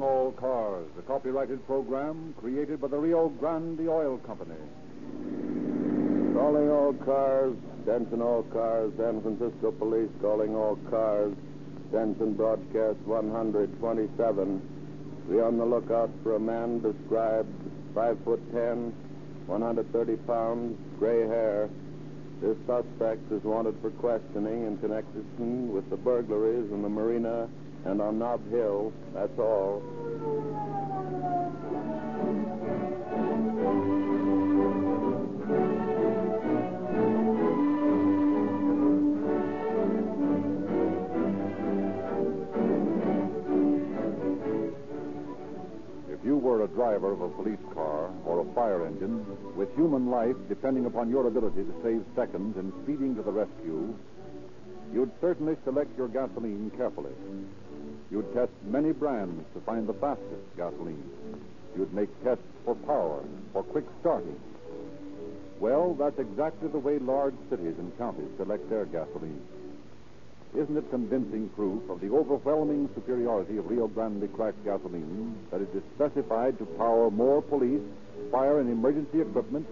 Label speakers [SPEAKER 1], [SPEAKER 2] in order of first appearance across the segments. [SPEAKER 1] Cars, the copyrighted program created by the Rio Grande Oil Company.
[SPEAKER 2] Calling all cars, attention all cars, San Francisco Police calling all cars, attention broadcast 127. Be on the lookout for a man described 5 foot 10, 130 pounds, gray hair. This suspect is wanted for questioning in connection with the burglaries in the marina and on Nob Hill. That's all.
[SPEAKER 1] If you were a driver of a police car or a fire engine, with human life depending upon your ability to save seconds in speeding to the rescue, you'd certainly select your gasoline carefully. You'd test many brands to find the fastest gasoline. You'd make tests for power, for quick starting. Well, that's exactly the way large cities and counties select their gasoline. Isn't it convincing proof of the overwhelming superiority of Rio Grande cracked gasoline that it is specified to power more police, fire, and emergency equipment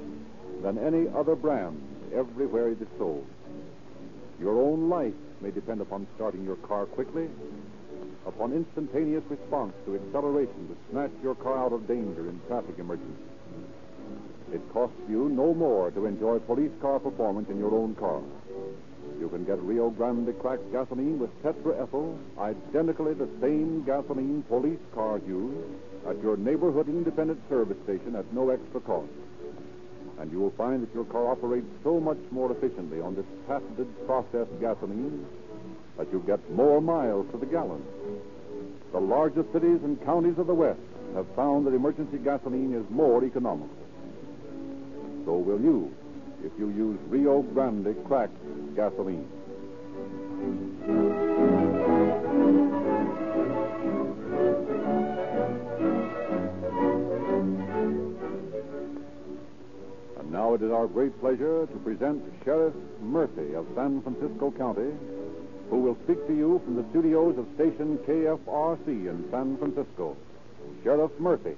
[SPEAKER 1] than any other brand everywhere it is sold? Your own life may depend upon starting your car quickly, upon instantaneous response to acceleration to snatch your car out of danger in traffic emergencies. It costs you no more to enjoy police car performance in your own car. You can get Rio Grande cracked gasoline with tetraethyl, identically the same gasoline police cars use, at your neighborhood independent service station at no extra cost. And you will find that your car operates so much more efficiently on this patented processed gasoline that you get more miles to the gallon. The largest cities and counties of the West have found that emergency gasoline is more economical. So will you if you use Rio Grande cracked gasoline. And now it is our great pleasure to present Sheriff Murphy of San Francisco County, who will speak to you from the studios of station KFRC in San Francisco. Sheriff Murphy.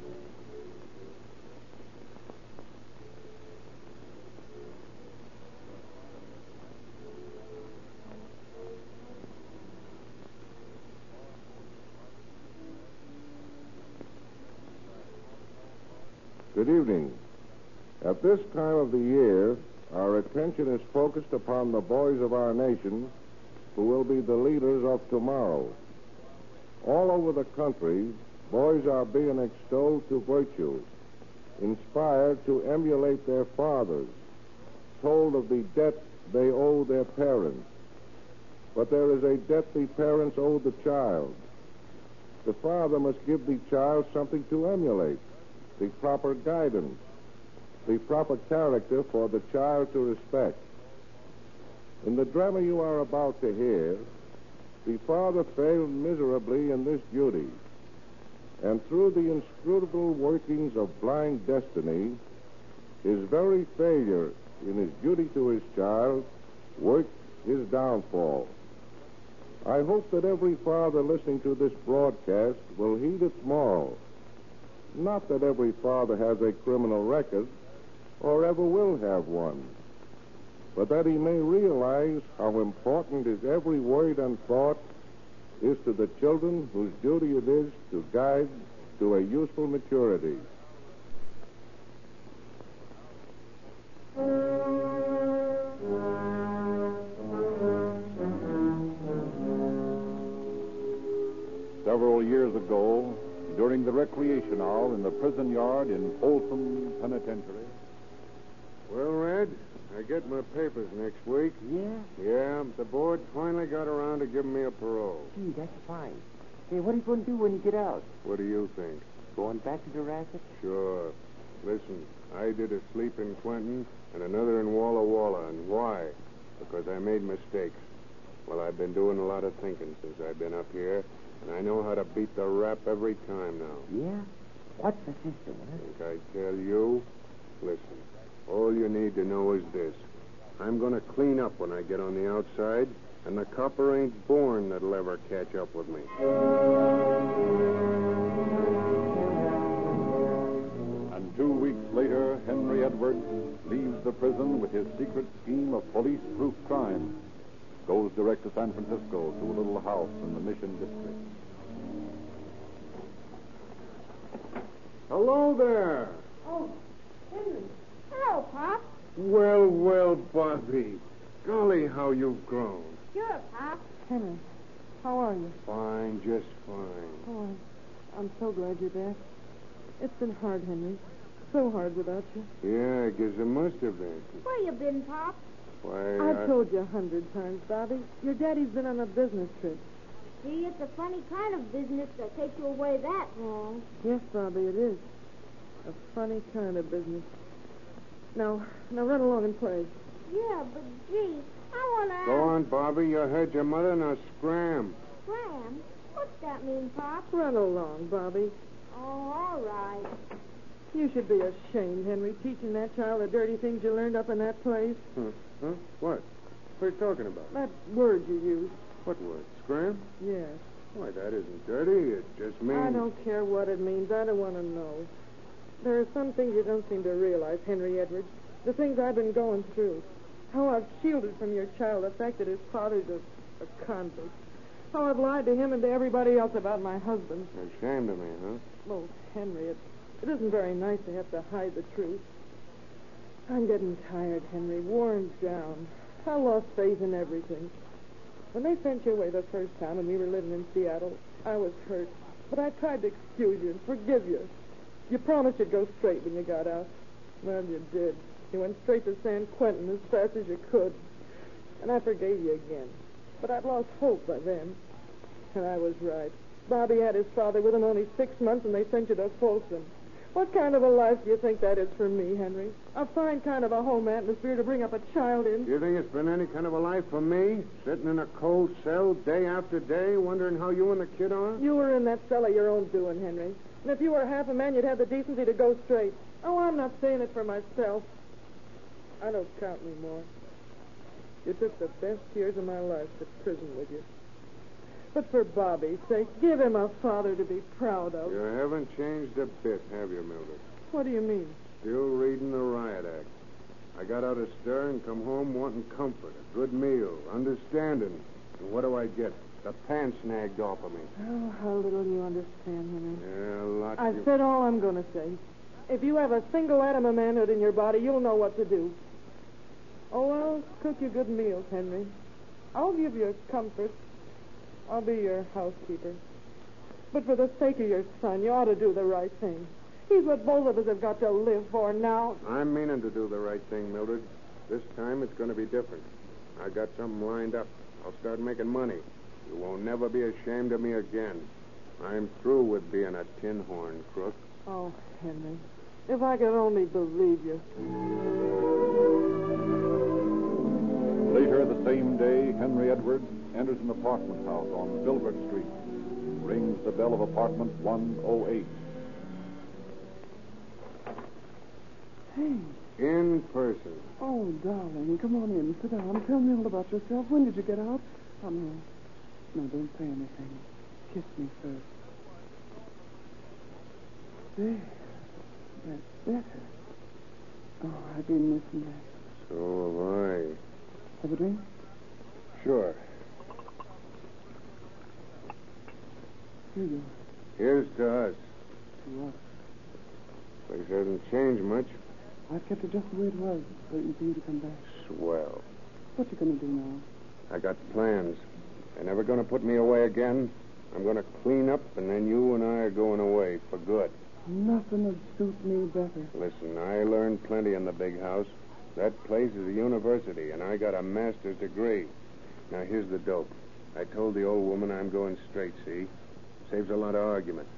[SPEAKER 3] Good evening. At this time of the year, our attention is focused upon the boys of our nation who will be the leaders of tomorrow. All over the country, boys are being extolled to virtue, inspired to emulate their fathers, told of the debt they owe their parents. But there is a debt the parents owe the child. The father must give the child something to emulate the proper guidance, the proper character for the child to respect. In the drama you are about to hear, the father failed miserably in this duty, and through the inscrutable workings of blind destiny, his very failure in his duty to his child worked his downfall. I hope that every father listening to this broadcast will heed its moral. Not that every father has a criminal record or ever will have one, but that he may realize how important his every word and thought is to the children whose duty it is to guide to a useful maturity.
[SPEAKER 1] Several years ago, during the recreation hour in the prison yard in Folsom Penitentiary.
[SPEAKER 4] Well, Red, I get my papers next week.
[SPEAKER 5] Yeah?
[SPEAKER 4] Yeah, the board finally got around to giving me a parole.
[SPEAKER 5] Gee, that's fine. Hey, what are you going to do when you get out?
[SPEAKER 4] What do you think?
[SPEAKER 5] Going back to the racket?
[SPEAKER 4] Sure. Listen, I did a sleep in Clinton and another in Walla Walla. And why? Because I made mistakes. Well, I've been doing a lot of thinking since I've been up here, and I know how to beat the rap every time now.
[SPEAKER 5] Yeah? What's the system, huh?
[SPEAKER 4] Think I tell you? Listen, all you need to know is this. I'm going to clean up when I get on the outside, and the copper ain't born that'll ever catch up with me.
[SPEAKER 1] J. Edwards leaves the prison with his secret scheme of police proof crime, goes direct to San Francisco to a little house in the Mission District.
[SPEAKER 4] Hello there.
[SPEAKER 6] Oh, Henry. Hello, Pop.
[SPEAKER 4] Well, well, Bobby. Golly, how you've grown.
[SPEAKER 6] Sure, Pop.
[SPEAKER 7] Henry, how are you?
[SPEAKER 4] Fine, just fine.
[SPEAKER 7] Oh, I'm, I'm so glad you're back. It's been hard, Henry. So hard without you.
[SPEAKER 4] Yeah, I guess it must have been.
[SPEAKER 6] Where you been, Pop?
[SPEAKER 4] Why,
[SPEAKER 7] I've told you a hundred times, Bobby. Your daddy's been on a business trip.
[SPEAKER 6] Gee, it's a funny kind of business to take you away that long.
[SPEAKER 7] Yes, Bobby, it is. A funny kind of business. Now, now run along and play.
[SPEAKER 6] Yeah, but gee, I want to
[SPEAKER 4] Go on, Bobby. You heard your mother, now scram.
[SPEAKER 6] Graham. What's that mean, Pop?
[SPEAKER 7] Run along, Bobby.
[SPEAKER 6] Oh, all right.
[SPEAKER 7] You should be ashamed, Henry, teaching that child the dirty things you learned up in that place.
[SPEAKER 4] Huh? What? What are you talking about?
[SPEAKER 7] That word you used.
[SPEAKER 4] What word? Scram?
[SPEAKER 7] Yes.
[SPEAKER 4] Why, that isn't dirty. It just means.
[SPEAKER 7] I don't care what it means. I don't want to know. There are some things you don't seem to realize, Henry Edwards. The things I've been going through. How I've shielded from your child the fact that his father's a, a convict. How I've lied to him and to everybody else about my husband.
[SPEAKER 4] Ashamed of me, huh?
[SPEAKER 7] Oh, Henry, it, it isn't very nice to have to hide the truth. I'm getting tired, Henry, worn down. I lost faith in everything. When they sent you away the first time and we were living in Seattle, I was hurt. But I tried to excuse you and forgive you. You promised you'd go straight when you got out. Well, you did. You went straight to San Quentin as fast as you could. And I forgave you again. But I'd lost hope by then. And I was right. Bobby had his father with him only six months, and they sent you to Folsom. What kind of a life do you think that is for me, Henry? A fine kind of a home atmosphere to bring up a child in.
[SPEAKER 4] Do you think it's been any kind of a life for me? Sitting in a cold cell day after day, wondering how you and the kid are?
[SPEAKER 7] You were in that cell of your own doing, Henry. And if you were half a man, you'd have the decency to go straight. Oh, I'm not saying it for myself. I don't count anymore. You took the best years of my life to prison with you. But for Bobby's sake, give him a father to be proud of.
[SPEAKER 4] You haven't changed a bit, have you, Mildred?
[SPEAKER 7] What do you mean?
[SPEAKER 4] Still reading the riot act. I got out of stir and come home wanting comfort, a good meal, understanding. And what do I get? The pants snagged off of me.
[SPEAKER 7] Oh, how little you understand, Henry.
[SPEAKER 4] Yeah, a lot
[SPEAKER 7] I've
[SPEAKER 4] you...
[SPEAKER 7] said all I'm going to say. If you have a single atom of manhood in your body, you'll know what to do. Oh, I'll cook you good meals, Henry. I'll give you comfort. I'll be your housekeeper. But for the sake of your son, you ought to do the right thing. He's what both of us have got to live for now.
[SPEAKER 4] I'm meaning to do the right thing, Mildred. This time it's going to be different. I got something lined up. I'll start making money. You won't never be ashamed of me again. I'm through with being a tin horn crook.
[SPEAKER 7] Oh, Henry, if I could only believe you.
[SPEAKER 1] Later the same day, Henry Edwards enters an apartment house on Filbert Street, rings the bell of apartment 108.
[SPEAKER 5] Hey.
[SPEAKER 4] In person.
[SPEAKER 5] Oh, darling, come on in. Sit down. Tell me all about yourself. When did you get out? Oh, no. No, don't say anything. Kiss me first. There. That's better. Oh, I've been missing that.
[SPEAKER 4] So have I.
[SPEAKER 5] Have a drink?
[SPEAKER 4] Sure.
[SPEAKER 5] Here you
[SPEAKER 4] Here's to
[SPEAKER 5] are.
[SPEAKER 4] us.
[SPEAKER 5] You are.
[SPEAKER 4] Things haven't changed much.
[SPEAKER 5] I've kept it just the way it was, waiting for you to come back.
[SPEAKER 4] Swell.
[SPEAKER 5] What you gonna do now?
[SPEAKER 4] I got plans. They're never going to put me away again. I'm going to clean up, and then you and I are going away for good.
[SPEAKER 5] Nothing would suit me better.
[SPEAKER 4] Listen, I learned plenty in the big house. That place is a university, and I got a master's degree. Now, here's the dope. I told the old woman I'm going straight, see? Saves a lot of argument.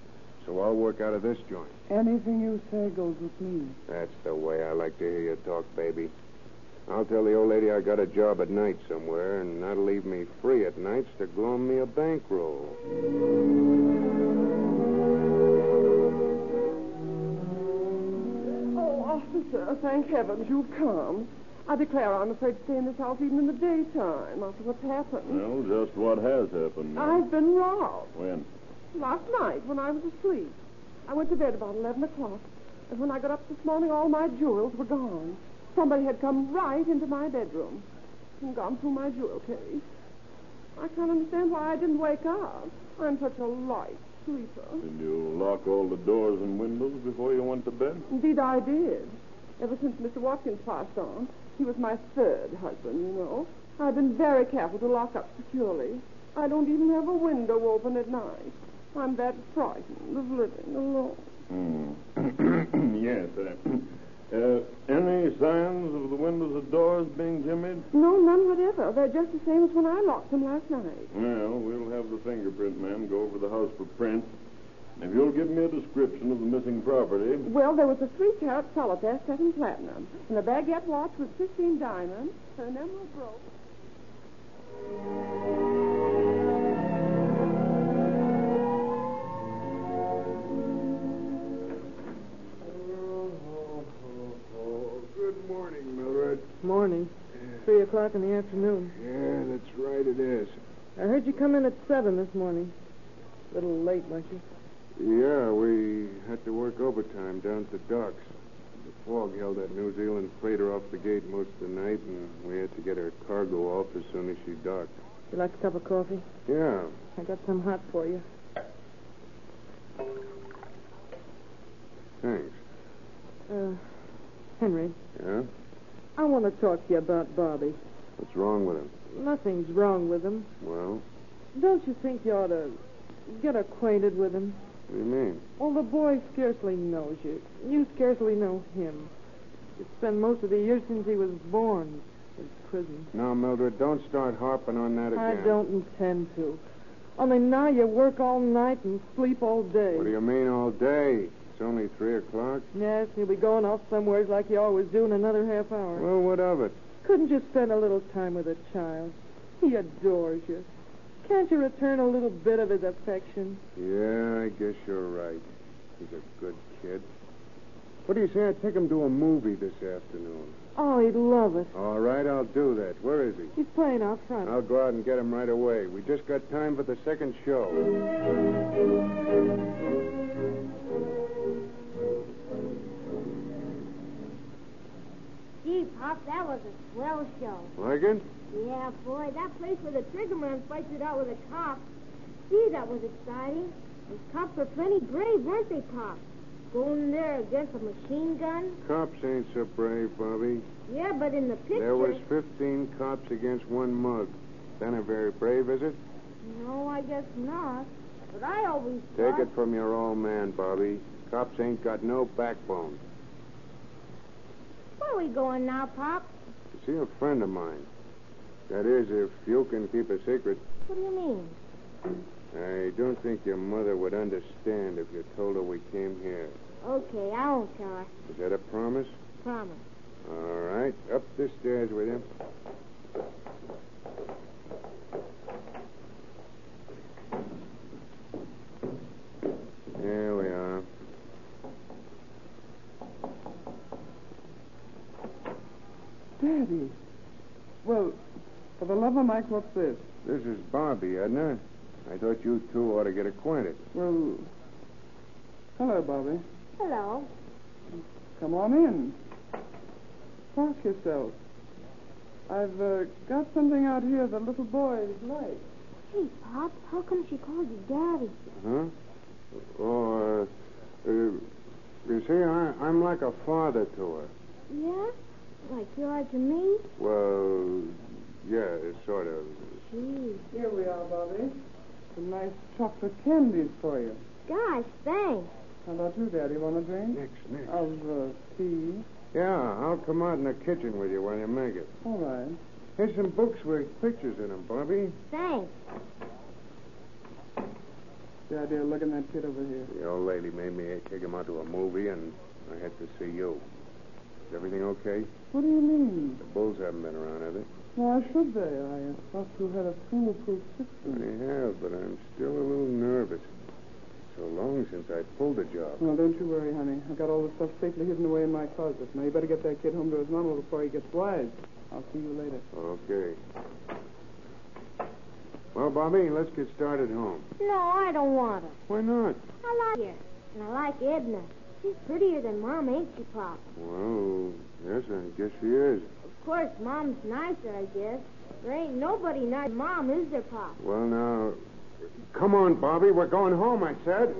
[SPEAKER 4] So I'll work out of this joint.
[SPEAKER 5] Anything you say goes with me.
[SPEAKER 4] That's the way I like to hear you talk, baby. I'll tell the old lady I got a job at night somewhere, and that'll leave me free at nights to glom me a bankroll.
[SPEAKER 7] Oh, officer, thank heavens you've come. I declare I'm afraid to stay in this house even in the daytime after what's happened.
[SPEAKER 2] Well, just what has happened.
[SPEAKER 7] I've been robbed
[SPEAKER 2] When?
[SPEAKER 7] last night when I was asleep. I went to bed about 11 o'clock.
[SPEAKER 5] And when I got up this morning, all my jewels were gone. Somebody had come right into my bedroom and gone through my jewel case. I can't understand why I didn't wake up. I'm such a light sleeper.
[SPEAKER 2] Did you lock all the doors and windows before you went to bed?
[SPEAKER 5] Indeed, I did. Ever since Mr. Watkins passed on, he was my third husband, you know. I've been very careful to lock up securely. I don't even have a window open at night. I'm that frightened of living alone.
[SPEAKER 2] Hmm. yes. Uh, uh, any signs of the windows or doors being jimmied?
[SPEAKER 5] No, none whatever. They're just the same as when I locked them last night.
[SPEAKER 2] Well, we'll have the fingerprint, ma'am, go over the house for prints. If you'll give me a description of the missing property,
[SPEAKER 5] Well, there was a three-carat solitaire set in platinum, and a baguette watch with 15 diamonds, and an emerald brooch.
[SPEAKER 4] Oh, Good morning, Mildred.
[SPEAKER 7] Morning. Three o'clock in the afternoon.
[SPEAKER 4] Yeah, that's right, it is.
[SPEAKER 7] I heard you come in at seven this morning. A little late, weren't you?
[SPEAKER 4] Yeah, we had to work overtime down at the docks. The fog held that New Zealand freighter off the gate most of the night, and we had to get her cargo off as soon as she docked.
[SPEAKER 7] You like a cup of coffee?
[SPEAKER 4] Yeah.
[SPEAKER 7] I got some hot for you.
[SPEAKER 4] Thanks.
[SPEAKER 7] Uh, Henry,
[SPEAKER 4] Yeah?
[SPEAKER 7] I want to talk to you about Bobby.
[SPEAKER 4] What's wrong with him?
[SPEAKER 7] Nothing's wrong with him.
[SPEAKER 4] Well,
[SPEAKER 7] Don't you think you ought to get acquainted with him?
[SPEAKER 4] what do you mean?
[SPEAKER 7] Well, the boy scarcely knows you. You scarcely know him. It's been most of the years since he was born in prison.
[SPEAKER 4] Now, Mildred, don't start harping on that
[SPEAKER 7] I
[SPEAKER 4] again.
[SPEAKER 7] don't intend to. Only now you work all night and sleep all day.
[SPEAKER 4] What do you mean all day? It's only three o'clock.
[SPEAKER 7] Yes, you'll be going off somewheres like you always do in another half hour.
[SPEAKER 4] Well, what of it?
[SPEAKER 7] Couldn't you spend a little time with the child? He adores you. Can't you return a little bit of his affection?
[SPEAKER 4] Yeah, I guess you're right. He's a good kid. What do you say I take him to a movie this afternoon?
[SPEAKER 7] Oh, he'd love it.
[SPEAKER 4] All right, I'll do that. Where is he?
[SPEAKER 7] He's playing out front.
[SPEAKER 4] I'll go out and get him right away. We just got time for the second show.
[SPEAKER 6] Gee, Pop, that was a swell show.
[SPEAKER 4] Like it?
[SPEAKER 6] Yeah, boy, that place where the trigger man fights it out with a cop. Gee, that was exciting. Those cops were plenty brave, weren't they, Pop? Going there against a machine gun?
[SPEAKER 4] Cops ain't so brave, Bobby.
[SPEAKER 6] Yeah, but in the picture.
[SPEAKER 4] There was 15 cops against one mug. That ain't very brave, is it?
[SPEAKER 6] No, I guess not. But I always
[SPEAKER 4] Take
[SPEAKER 6] thought...
[SPEAKER 4] it from your old man, Bobby. Cops ain't got no backbone.
[SPEAKER 6] Where are we going now, Pop?
[SPEAKER 4] You see, a friend of mine. That is, if you can keep a secret.
[SPEAKER 6] What do you mean?
[SPEAKER 4] I don't think your mother would understand if you told her we came here.
[SPEAKER 6] Okay, I won't tell her.
[SPEAKER 4] Is that a promise?
[SPEAKER 6] Promise.
[SPEAKER 4] All right. Up the stairs with him. There we are.
[SPEAKER 5] Daddy. Well, for the love of Mike, what's this?
[SPEAKER 4] This is Bobby, Edna. I thought you two ought to get acquainted.
[SPEAKER 5] Well, hello, Bobby.
[SPEAKER 6] Hello.
[SPEAKER 5] Come on in. Park yourself. I've uh, got something out here the little boy likes.
[SPEAKER 6] Gee, Pop, how come she calls you Daddy?
[SPEAKER 5] Uh-huh.
[SPEAKER 4] Huh? Oh, uh, uh, you see, I, I'm like a father to her.
[SPEAKER 6] Yeah? Like you are to me?
[SPEAKER 4] Well, yeah, sort of.
[SPEAKER 6] Gee.
[SPEAKER 5] Here we are, Bobby. Some nice chocolate candies for you.
[SPEAKER 6] Gosh, thanks.
[SPEAKER 5] How about you, Daddy? Want a drink?
[SPEAKER 4] Next, next.
[SPEAKER 5] Of uh, tea?
[SPEAKER 4] Yeah, I'll come out in the kitchen with you when you make it.
[SPEAKER 5] All right.
[SPEAKER 4] Here's some books with pictures in them, Bobby.
[SPEAKER 6] Thanks.
[SPEAKER 5] Daddy, look at that kid over here.
[SPEAKER 4] The old lady made me take him out to a movie, and I had to see you. Is everything okay?
[SPEAKER 5] What do you mean?
[SPEAKER 4] The bulls haven't been around, have they?
[SPEAKER 5] Why should they? I thought you had a foolproof system.
[SPEAKER 4] They have, but I'm still a little nervous. So long since I pulled a job.
[SPEAKER 5] Well, don't you worry, honey. I got all the stuff safely hidden away in my closet. Now you better get that kid home to his mama before he gets wise. I'll see you later.
[SPEAKER 4] Hmm. Okay. Well, Bobby, let's get started home.
[SPEAKER 6] No, I don't want her.
[SPEAKER 4] Why not?
[SPEAKER 6] I like her. And I like Edna. She's prettier than Mom, ain't she, Pop?
[SPEAKER 4] Well, yes, I guess she is.
[SPEAKER 6] Of course, Mom's nicer, I guess. There ain't nobody nice than Mom, is there, Pop?
[SPEAKER 4] Well, now, come on, Bobby. We're going home, I said.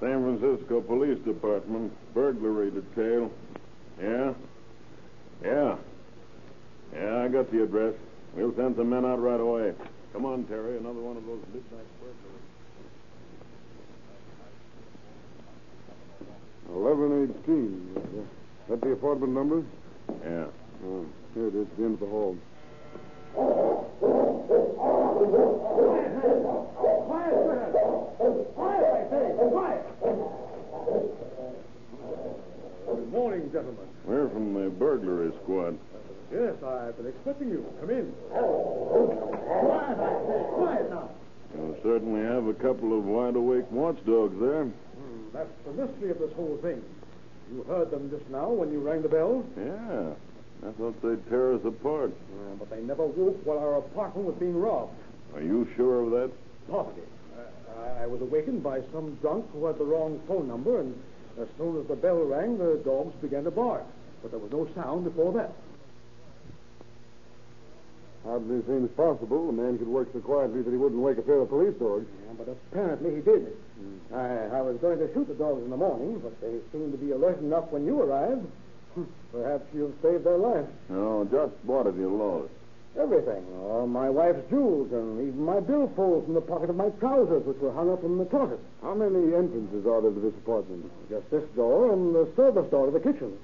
[SPEAKER 2] San Francisco Police Department, burglary detail. Yeah? Yeah. Yeah, I got the address. We'll send some men out right away. Come on, Terry, another one of those midnight burglaries.
[SPEAKER 4] 1118. That the apartment number?
[SPEAKER 2] Yeah.
[SPEAKER 4] Oh, here it is, the end of the hall.
[SPEAKER 8] Good morning, gentlemen.
[SPEAKER 2] We're from the burglary squad.
[SPEAKER 8] Yes, I've been expecting you. Come in. Quiet, I say. Quiet now.
[SPEAKER 2] You certainly have a couple of wide awake watchdogs there.
[SPEAKER 8] Hmm, that's the mystery of this whole thing. You heard them just now when you rang the bell,
[SPEAKER 2] Yeah. I thought they'd tear us apart.
[SPEAKER 8] Uh, but they never woke while our apartment was being robbed.
[SPEAKER 2] Are you sure of that?
[SPEAKER 8] Positive. Uh, I- I was awakened by some drunk who had the wrong phone number, and as soon as the bell rang, the dogs began to bark. But there was no sound before that.
[SPEAKER 4] Hardly seems possible a man could work so quietly that he wouldn't wake a pair of police dogs.
[SPEAKER 8] Yeah, but apparently he did. Hmm. I, I was going to shoot the dogs in the morning, but they seemed to be alert enough when you arrived. Hmm, Perhaps you've saved their lives.
[SPEAKER 2] No, just what have you lost?
[SPEAKER 8] Everything. All my wife's jewels and even my billfold from the pocket of my trousers, which were hung up in the closet.
[SPEAKER 4] How many entrances are there to this apartment?
[SPEAKER 8] Just this door and the service door to the kitchen.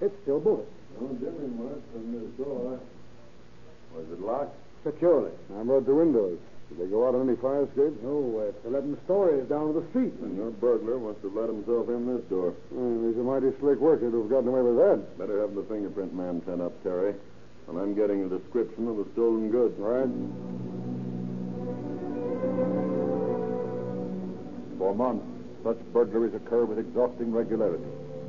[SPEAKER 8] It's still bolted.
[SPEAKER 4] No different much from this door.
[SPEAKER 2] Was it locked?
[SPEAKER 8] Securely.
[SPEAKER 4] I about the windows? Did they go out on any fire escapes?
[SPEAKER 8] No, uh, it's 11 stories down to the street.
[SPEAKER 2] And your burglar must have let himself in this door.
[SPEAKER 4] Mm, he's a mighty slick worker to have gotten away with that.
[SPEAKER 2] Better have the fingerprint man sent up, Terry. And I'm getting a description of the stolen goods. Right.
[SPEAKER 1] For months, such burglaries occur with exhausting regularity.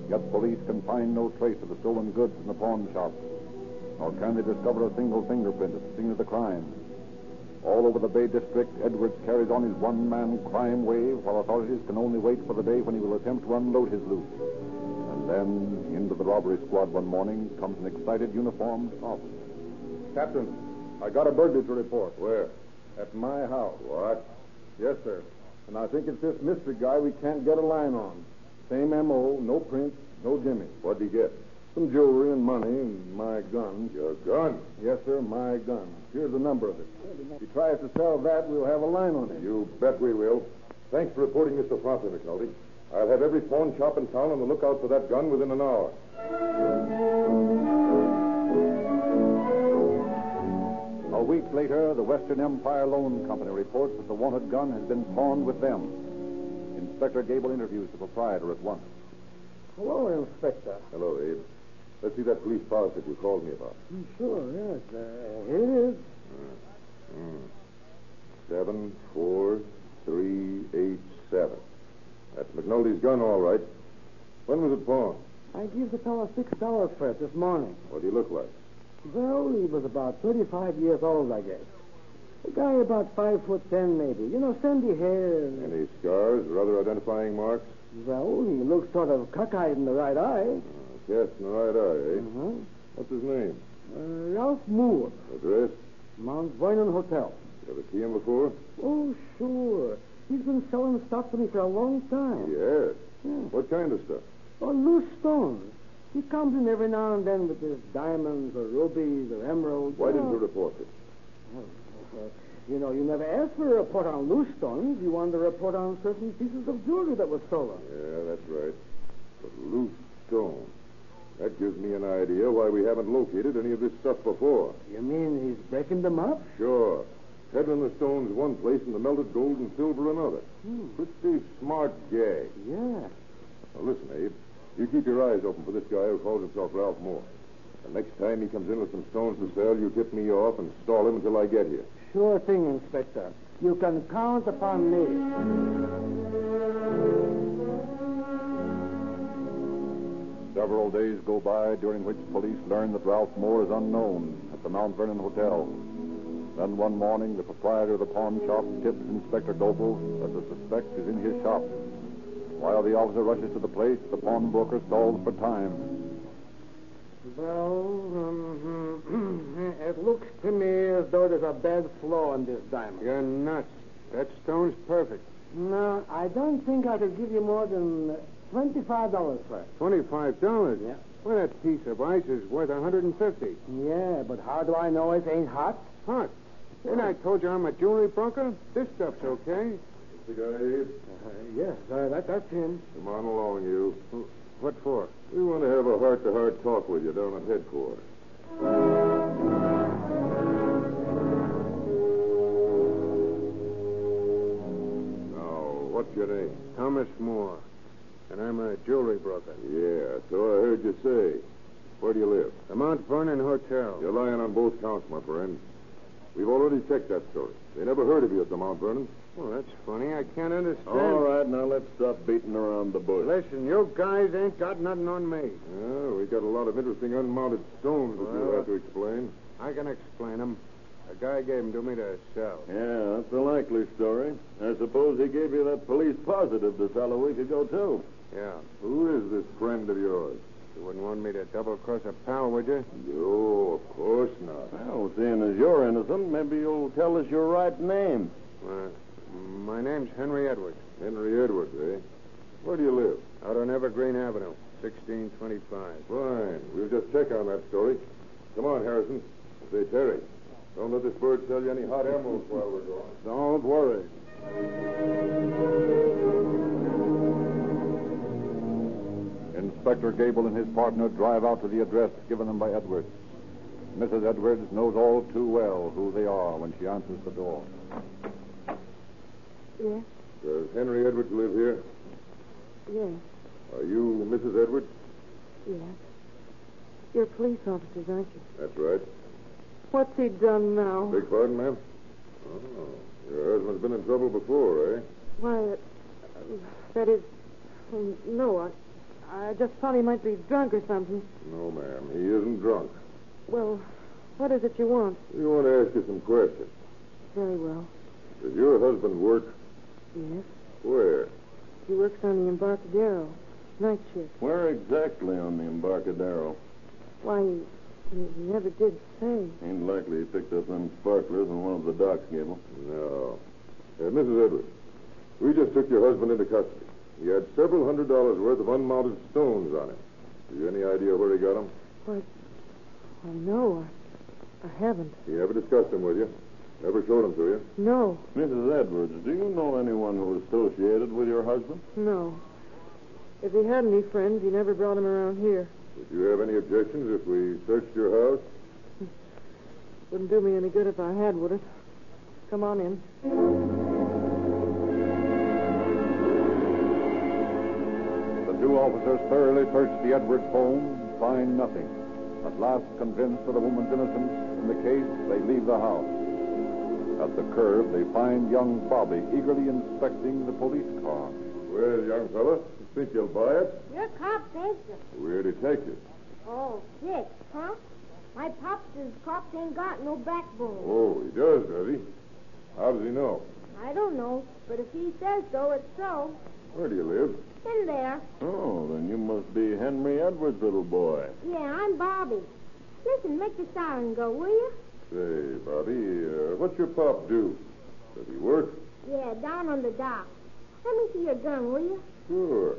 [SPEAKER 1] Yet police can find no trace of the stolen goods in the pawn shop, nor can they discover a single fingerprint at the scene of the crime. All over the Bay District, Edwards carries on his one-man crime wave, while authorities can only wait for the day when he will attempt to unload his loot. And then, into the robbery squad one morning comes an excited uniformed officer.
[SPEAKER 4] Captain, I got a burglary to report.
[SPEAKER 2] Where?
[SPEAKER 4] At my house.
[SPEAKER 2] What?
[SPEAKER 4] Yes, sir. And I think it's this mystery guy we can't get a line on. Same M.O., no prints, no Jimmy.
[SPEAKER 2] What'd you get?
[SPEAKER 4] Some jewelry and money and my gun.
[SPEAKER 2] Your gun.
[SPEAKER 4] Yes, sir, my gun. Here's the number of it. If he tries to sell that, we'll have a line on him.
[SPEAKER 2] You bet we will. Thanks for reporting this so promptly, McNulty. I'll have every pawn shop in town on the lookout for that gun within an hour.
[SPEAKER 1] A week later, the Western Empire Loan Company reports that the wanted gun has been pawned with them. Inspector Gable interviews the proprietor at once.
[SPEAKER 8] Hello, Inspector.
[SPEAKER 2] Hello, Abe. Let's see that police file that you called me about.
[SPEAKER 8] Hmm, Sure, yes. Uh, here it is.
[SPEAKER 2] Seven four three eight seven. That's McNulty's gun, all right. When was it pawned?
[SPEAKER 8] I gave the fellow six dollars for it this morning.
[SPEAKER 2] What do you look like?
[SPEAKER 8] Well, he was about 35 years old, I guess. A guy about five foot ten, maybe. You know, sandy hair. And,
[SPEAKER 2] Any scars or other identifying marks?
[SPEAKER 8] well, he looks sort of cockeyed in the right eye.
[SPEAKER 2] Yes, in the right eye, eh?
[SPEAKER 8] Uh-huh.
[SPEAKER 2] What's his name?
[SPEAKER 8] Uh, Ralph Moore,
[SPEAKER 2] Address?
[SPEAKER 8] Mount Vernon Hotel.
[SPEAKER 2] You ever see him before?
[SPEAKER 8] Oh, sure. He's been selling stuff to me for a long time.
[SPEAKER 2] Yes.
[SPEAKER 8] Yeah.
[SPEAKER 2] What kind of stuff?
[SPEAKER 8] Oh, loose stones. He comes in every now and then with his diamonds or rubies or emeralds.
[SPEAKER 2] Why didn't you
[SPEAKER 8] Oh,
[SPEAKER 2] report it?
[SPEAKER 8] You know, you never asked for a report on loose stones. You wanted a report on certain pieces of jewelry that was stolen.
[SPEAKER 2] Yeah, that's right. The loose stone. That gives me an idea why we haven't located any of this stuff before.
[SPEAKER 8] You mean he's breaking them up?
[SPEAKER 2] Sure. Peddling the stones one place and the melted gold and silver another.
[SPEAKER 8] Hmm.
[SPEAKER 2] Pretty smart gag.
[SPEAKER 8] Yeah.
[SPEAKER 2] Now listen, Abe. You keep your eyes open for this guy who calls himself Ralph Moore. The next time he comes in with some stones to sell, you tip me off and stall him until I get here.
[SPEAKER 8] Sure thing, Inspector. You can count upon me.
[SPEAKER 1] Several days go by during which police learn that Ralph Moore is unknown at the Mount Vernon Hotel. Then one morning, the proprietor of the pawn shop tips Inspector Goble that the suspect is in his shop. While the officer rushes to the place, the pawnbroker stalls for time.
[SPEAKER 8] Well, um, it looks to me as though there's a bad flaw in this diamond.
[SPEAKER 4] You're nuts. That stone's perfect.
[SPEAKER 8] No, I don't think I could give you more than twenty-five dollars for it.
[SPEAKER 4] Twenty-five dollars.
[SPEAKER 8] Yeah.
[SPEAKER 4] Well, that piece of ice is worth a hundred and fifty.
[SPEAKER 8] Yeah, but how do I know it ain't hot?
[SPEAKER 4] Hot. And I told you I'm a jewelry broker. This stuff's okay.
[SPEAKER 1] The guy,
[SPEAKER 8] Uh, yes, uh, that, that's him.
[SPEAKER 1] come on along, you.
[SPEAKER 4] What for?
[SPEAKER 1] We want to have a heart-to-heart talk with you down at headquarters. Now, what's your name?
[SPEAKER 4] Thomas Moore. And I'm a jewelry broker.
[SPEAKER 1] Yeah, so I heard you say. Where do you live?
[SPEAKER 4] The Mount Vernon Hotel.
[SPEAKER 1] You're lying on both counts, my friend. We've already checked that story. They never heard of you at the Mount Vernon.
[SPEAKER 4] Well, that's funny. I can't understand.
[SPEAKER 2] All right, now let's stop beating around the bush.
[SPEAKER 4] Listen, you guys ain't got nothing on me.
[SPEAKER 1] Yeah, we got a lot of interesting unmounted stones that you'll
[SPEAKER 4] Well-
[SPEAKER 1] have to explain.
[SPEAKER 4] I can explain 'em. A guy gave 'em to me to sell.
[SPEAKER 2] Yeah, that's the likely story. I suppose he gave you that police positive to
[SPEAKER 4] Oh,
[SPEAKER 2] sell a week ago, too.
[SPEAKER 4] Yeah.
[SPEAKER 1] Who is this friend of yours?
[SPEAKER 4] You wouldn't want me to double cross a pal, would you?
[SPEAKER 1] No, of course not.
[SPEAKER 2] Well, seeing as you're innocent, maybe you'll tell us your right name.
[SPEAKER 4] Uh, my name's Henry Edwards,
[SPEAKER 1] Henry Edwards, eh? Where do you live?
[SPEAKER 4] out on Evergreen Avenue, 1625.
[SPEAKER 1] Fine. We'll just check on that story. Come on, Harrison. Say, Terry, don't let this bird sell you any hot emeralds while we're gone.
[SPEAKER 4] Don't worry.
[SPEAKER 1] Inspector Gable and his partner drive out to the address given them by Edwards. Mrs. Edwards knows all too well who they are when she answers the door.
[SPEAKER 7] Yes,
[SPEAKER 1] Does Henry Edwards live here?
[SPEAKER 7] yes,
[SPEAKER 1] Are you Mrs. Edwards?
[SPEAKER 7] yes. You're police officers, aren't you?
[SPEAKER 1] That's right.
[SPEAKER 7] What's he done now?
[SPEAKER 1] Big pardon, ma'am? Oh, your husband's been in trouble before, eh?
[SPEAKER 7] Why, uh, um, that is, um, no, I, I just thought he might be drunk or something.
[SPEAKER 1] No, ma'am. He isn't drunk.
[SPEAKER 7] Well, what is it you want?
[SPEAKER 1] We want to ask you some questions.
[SPEAKER 7] Very well.
[SPEAKER 1] Does your husband work
[SPEAKER 7] Yes,
[SPEAKER 1] where?
[SPEAKER 7] he works on the Embarcadero, night shift.
[SPEAKER 2] Where exactly on the Embarcadero?
[SPEAKER 7] Why, he, he never did say.
[SPEAKER 2] Ain't likely he picked up them sparklers in one of the docks, Gable.
[SPEAKER 1] No. Uh, Mrs. Edwards, we just took your husband into custody. He had several hundred dollars worth of unmounted stones on him. Do you any idea where he got them?
[SPEAKER 7] Why, why Oh, no, I, I haven't.
[SPEAKER 1] He never discussed them with you. Never showed them to you.
[SPEAKER 7] No,
[SPEAKER 2] Mrs. Edwards, do you know anyone who was associated with your husband?
[SPEAKER 7] no. If he had any friends, he never brought them around here.
[SPEAKER 1] Would you have any objections if we searched your house?
[SPEAKER 7] Wouldn't do me any good if I had, would it? Come on in.
[SPEAKER 1] The two officers thoroughly search the Edwards home, find nothing. At last, convinced of the woman's innocence in the case, they leave the house. At the curb, they find young Bobby eagerly inspecting the police car.
[SPEAKER 2] Well, young fella, you think you'll buy it?
[SPEAKER 6] Your cop thinks so.
[SPEAKER 2] We're detectives.
[SPEAKER 6] Oh, sick, huh? My pops says cops ain't got no backbone.
[SPEAKER 2] Oh, he does, does he? How does he know?
[SPEAKER 6] I don't know, but if he says so, it's so.
[SPEAKER 2] Where do you live?
[SPEAKER 6] In there.
[SPEAKER 2] Oh, then you must be Henry Edwards' little boy.
[SPEAKER 6] Yeah, I'm Bobby. Listen, make the siren go, will you?
[SPEAKER 2] Say, Bobby, uh, what's your pop do? Does he work?
[SPEAKER 6] Yeah, down on the dock. Let me see your gun, will you?
[SPEAKER 2] Sure.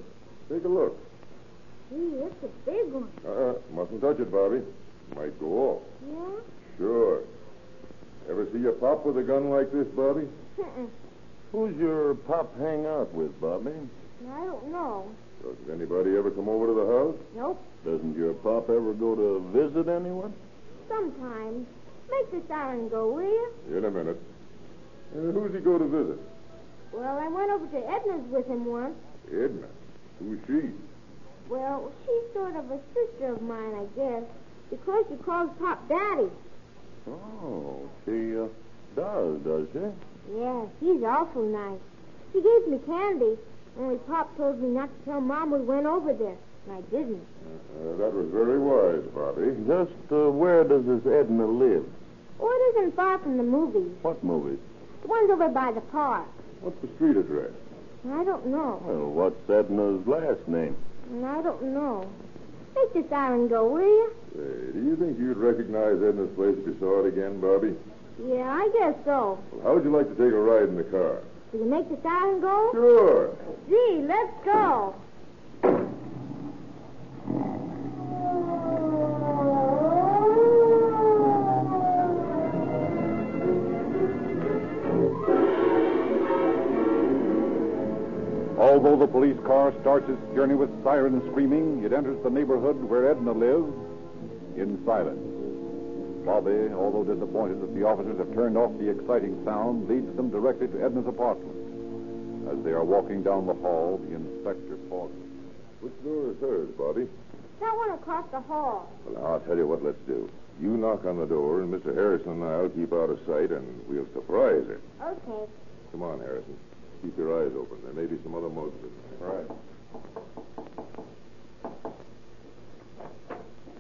[SPEAKER 2] Take a look.
[SPEAKER 6] Gee, it's a big one.
[SPEAKER 1] Uh,
[SPEAKER 2] Uh-uh, mustn't touch it, Bobby. Might go off.
[SPEAKER 6] Yeah?
[SPEAKER 2] Sure. Ever see your pop with a gun like this, Bobby?
[SPEAKER 6] Uh-uh.
[SPEAKER 2] Who's your pop hang out with, Bobby?
[SPEAKER 6] I don't know.
[SPEAKER 2] Does anybody ever come over to the house?
[SPEAKER 6] Nope.
[SPEAKER 2] Doesn't your pop ever go to visit anyone?
[SPEAKER 6] Sometimes. Make the siren go, will you?
[SPEAKER 2] In a minute. Uh, who's he go to visit?
[SPEAKER 6] Well, I went over to Edna's with him once.
[SPEAKER 2] Edna. Who's she?
[SPEAKER 6] Well, she's sort of a sister of mine, I guess, because she calls Pop Daddy.
[SPEAKER 2] Oh, she uh, does, does she?
[SPEAKER 6] Yeah, he's awful nice. She gave me candy, only Pop told me not to tell Mom we went over there, and I didn't.
[SPEAKER 2] uh, that was very wise, Bobby. Just uh, where does this Edna live?
[SPEAKER 6] Oh, it isn't far from the movies.
[SPEAKER 3] What movies?
[SPEAKER 6] The one's over by the park.
[SPEAKER 3] What's the street address?
[SPEAKER 6] I don't know.
[SPEAKER 3] Well, what's Edna's last name?
[SPEAKER 6] And I don't know. Make this iron go, will you?
[SPEAKER 2] Uh,
[SPEAKER 3] Say, do you think you'd recognize Edna's place if you saw it again, Bobby?
[SPEAKER 6] Yeah, I guess so.
[SPEAKER 3] Well, how would you like to take a ride in the car?
[SPEAKER 6] Do you make this iron go?
[SPEAKER 3] Sure.
[SPEAKER 6] Gee, let's go.
[SPEAKER 1] Although the police car starts its journey with sirens screaming, it enters the neighborhood where Edna lives in silence. Bobby, although disappointed that the officers have turned off the exciting sound, leads them directly to Edna's apartment. As they are walking down the hall, the inspector pauses.
[SPEAKER 3] Which door is hers, Bobby?
[SPEAKER 6] That one across the hall.
[SPEAKER 3] Well, I'll tell you what let's do. You knock on the door, and Mr. Harrison and I'll keep out of sight, and we'll surprise her.
[SPEAKER 6] Okay.
[SPEAKER 3] Come on, Harrison. Keep your eyes open. There may be some other motives. All right.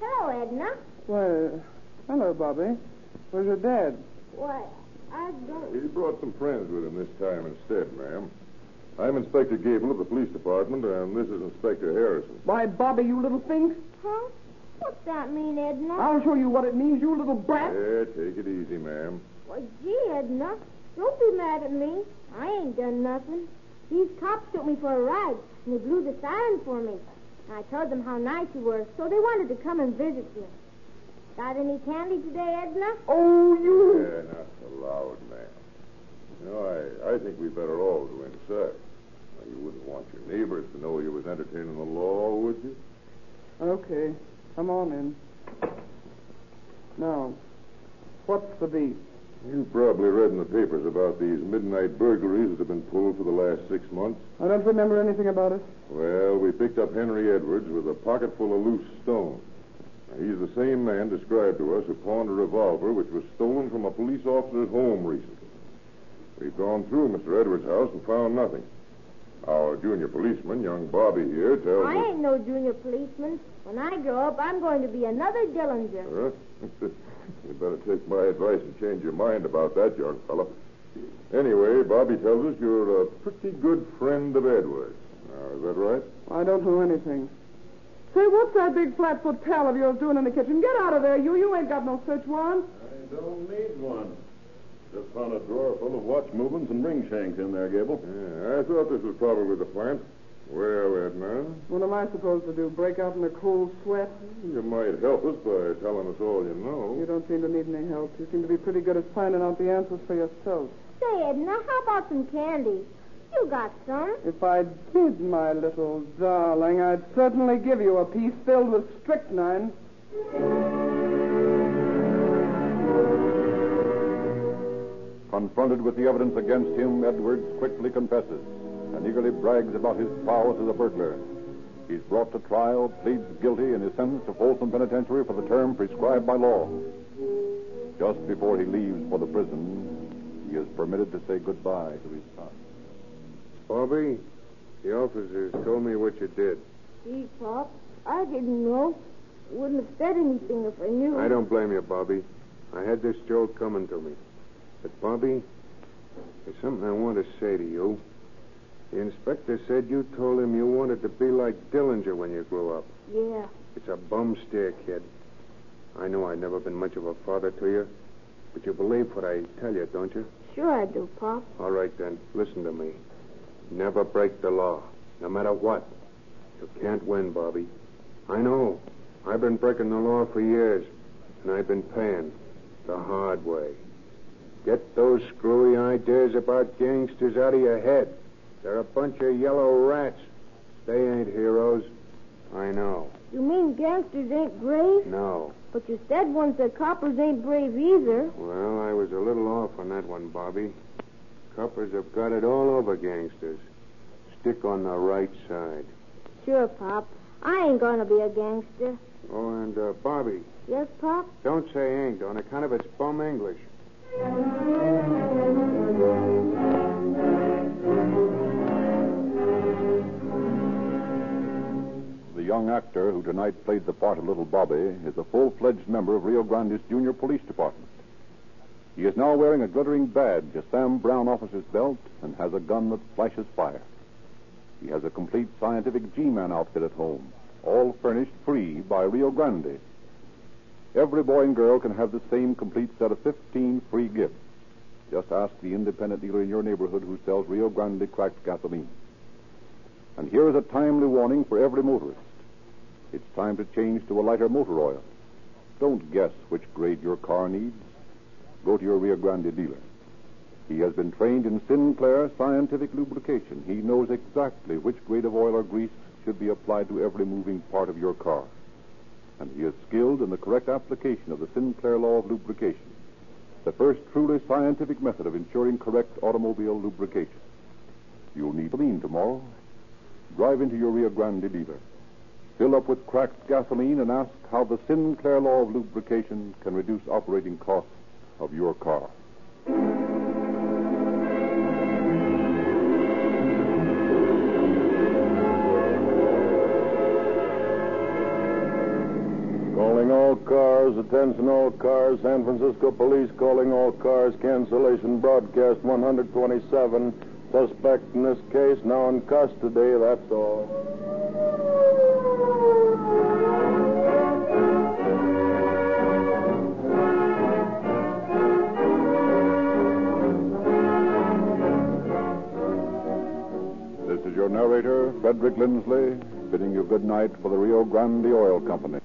[SPEAKER 6] Hello, Edna.
[SPEAKER 5] Well, hello, Bobby. Where's your dad?
[SPEAKER 6] What? I don't.
[SPEAKER 3] He brought some friends with him this time instead, ma'am. I'm Inspector Gable of the police department, and this is Inspector Harrison.
[SPEAKER 9] Why, Bobby, you little thing.
[SPEAKER 6] Huh? What's that mean, Edna?
[SPEAKER 9] I'll show you what it means, you little brat.
[SPEAKER 3] Yeah, take it easy, ma'am.
[SPEAKER 6] Well, gee, Edna, don't be mad at me. I ain't done nothing. These cops took me for a ride, and they blew the siren for me. I told them how nice you were, so they wanted to come and visit you. Got any candy today, Edna?
[SPEAKER 9] Oh, you.
[SPEAKER 3] Yeah, not so loud, ma'am. You know, I, I think we better all go inside. Now, you wouldn't want your neighbors to know you was entertaining the law, would you?
[SPEAKER 5] Okay, come on in. Now, what's the beef?
[SPEAKER 3] You probably read in the papers about these midnight burglaries that have been pulled for the last six months.
[SPEAKER 5] I don't remember anything about it.
[SPEAKER 3] Well, we picked up Henry Edwards with a pocket full of loose stones. Now, he's the same man described to us who pawned a revolver which was stolen from a police officer's home recently. We've gone through Mr. Edwards' house and found nothing. Our junior policeman, young Bobby here, tells
[SPEAKER 6] I
[SPEAKER 3] us.
[SPEAKER 6] ain't no junior policeman. When I grow up, I'm going to be another Dillinger.
[SPEAKER 3] Huh? you better take my advice and change your mind about that, young fellow. Anyway, Bobby tells us you're a pretty good friend of Edwards. Now, is that right?
[SPEAKER 5] I don't know anything.
[SPEAKER 9] Say, what's that big flat-foot pal of yours doing in the kitchen? Get out of there, you. You ain't got no search warrant.
[SPEAKER 3] I don't need one. Just found a drawer full of watch movements and ring shanks in there, Gable. Yeah, I thought this was probably the plant. Well, Edna,
[SPEAKER 5] What am I supposed to do? Break out in a cold sweat?
[SPEAKER 3] you might help us by telling us all you know.
[SPEAKER 5] You don't seem to need any help. You seem to be pretty good at finding out the answers for yourself.
[SPEAKER 6] Say, Edna, how about some candy? You got some.
[SPEAKER 5] If I did, my little darling, I'd certainly give you a piece filled with strychnine.
[SPEAKER 1] Confronted with the evidence against him, Edwards quickly confesses and eagerly brags about his prowess as a burglar. He's brought to trial, pleads guilty, and is sentenced to Folsom Penitentiary for the term prescribed by law. Just before he leaves for the prison, he is permitted to say goodbye to his son.
[SPEAKER 4] Bobby, the officers told me what you did.
[SPEAKER 6] Gee, Pop, I didn't know. Wouldn't have said anything if I knew.
[SPEAKER 4] I don't blame you, Bobby. I had this joke coming to me. But, Bobby, there's something I want to say to you. The inspector said you told him you wanted to be like Dillinger when you grew up.
[SPEAKER 6] Yeah.
[SPEAKER 4] It's a bum steer, kid. I know I've never been much of a father to you, but you believe what I tell you, don't you?
[SPEAKER 6] Sure I do, Pop.
[SPEAKER 4] All right, then. Listen to me. Never break the law, no matter what. You can't win, Bobby. I know. I've been breaking the law for years, and I've been paying the hard way. Get those screwy ideas about gangsters out of your head. They're a bunch of yellow rats. They ain't heroes. I know.
[SPEAKER 6] You mean gangsters ain't brave?
[SPEAKER 4] No.
[SPEAKER 6] But you said once that coppers ain't brave either.
[SPEAKER 4] Well, I was a little off on that one, Bobby. Coppers have got it all over gangsters. Stick on the right side.
[SPEAKER 6] Sure, Pop. I ain't gonna be a gangster.
[SPEAKER 4] Oh, and uh, Bobby,
[SPEAKER 6] Yes, Pop?
[SPEAKER 4] don't say ain't on account of its bum English.
[SPEAKER 1] The young actor who tonight played the part of little Bobby is a full fledged member of Rio Grande's junior police department. He is now wearing a glittering badge, a Sam Brown officer's belt, and has a gun that flashes fire. He has a complete scientific G-Man outfit at home, all furnished free by Rio Grande. Every boy and girl can have the same complete set of 15 free gifts. Just ask the independent dealer in your neighborhood who sells Rio Grande cracked gasoline. And here is a timely warning for every motorist. It's time to change to a lighter motor oil. Don't guess which grade your car needs. Go to your Rio Grande dealer. He has been trained in Sinclair scientific lubrication. He knows exactly which grade of oil or grease should be applied to every moving part of your car. And he is skilled in the correct application of the Sinclair law of lubrication, the first truly scientific method of ensuring correct automobile lubrication. You'll need lean tomorrow. Drive into your Rio Grande dealer. Fill up with cracked gasoline and ask how the Sinclair law of lubrication can reduce operating costs of your car.
[SPEAKER 2] Calling all cars, attention all cars, San Francisco Police calling all cars, cancellation broadcast 127. Suspect in this case now in custody, that's all.
[SPEAKER 1] This is your narrator, Frederick Lindsley, bidding you good night for the Rio Grande Oil Company.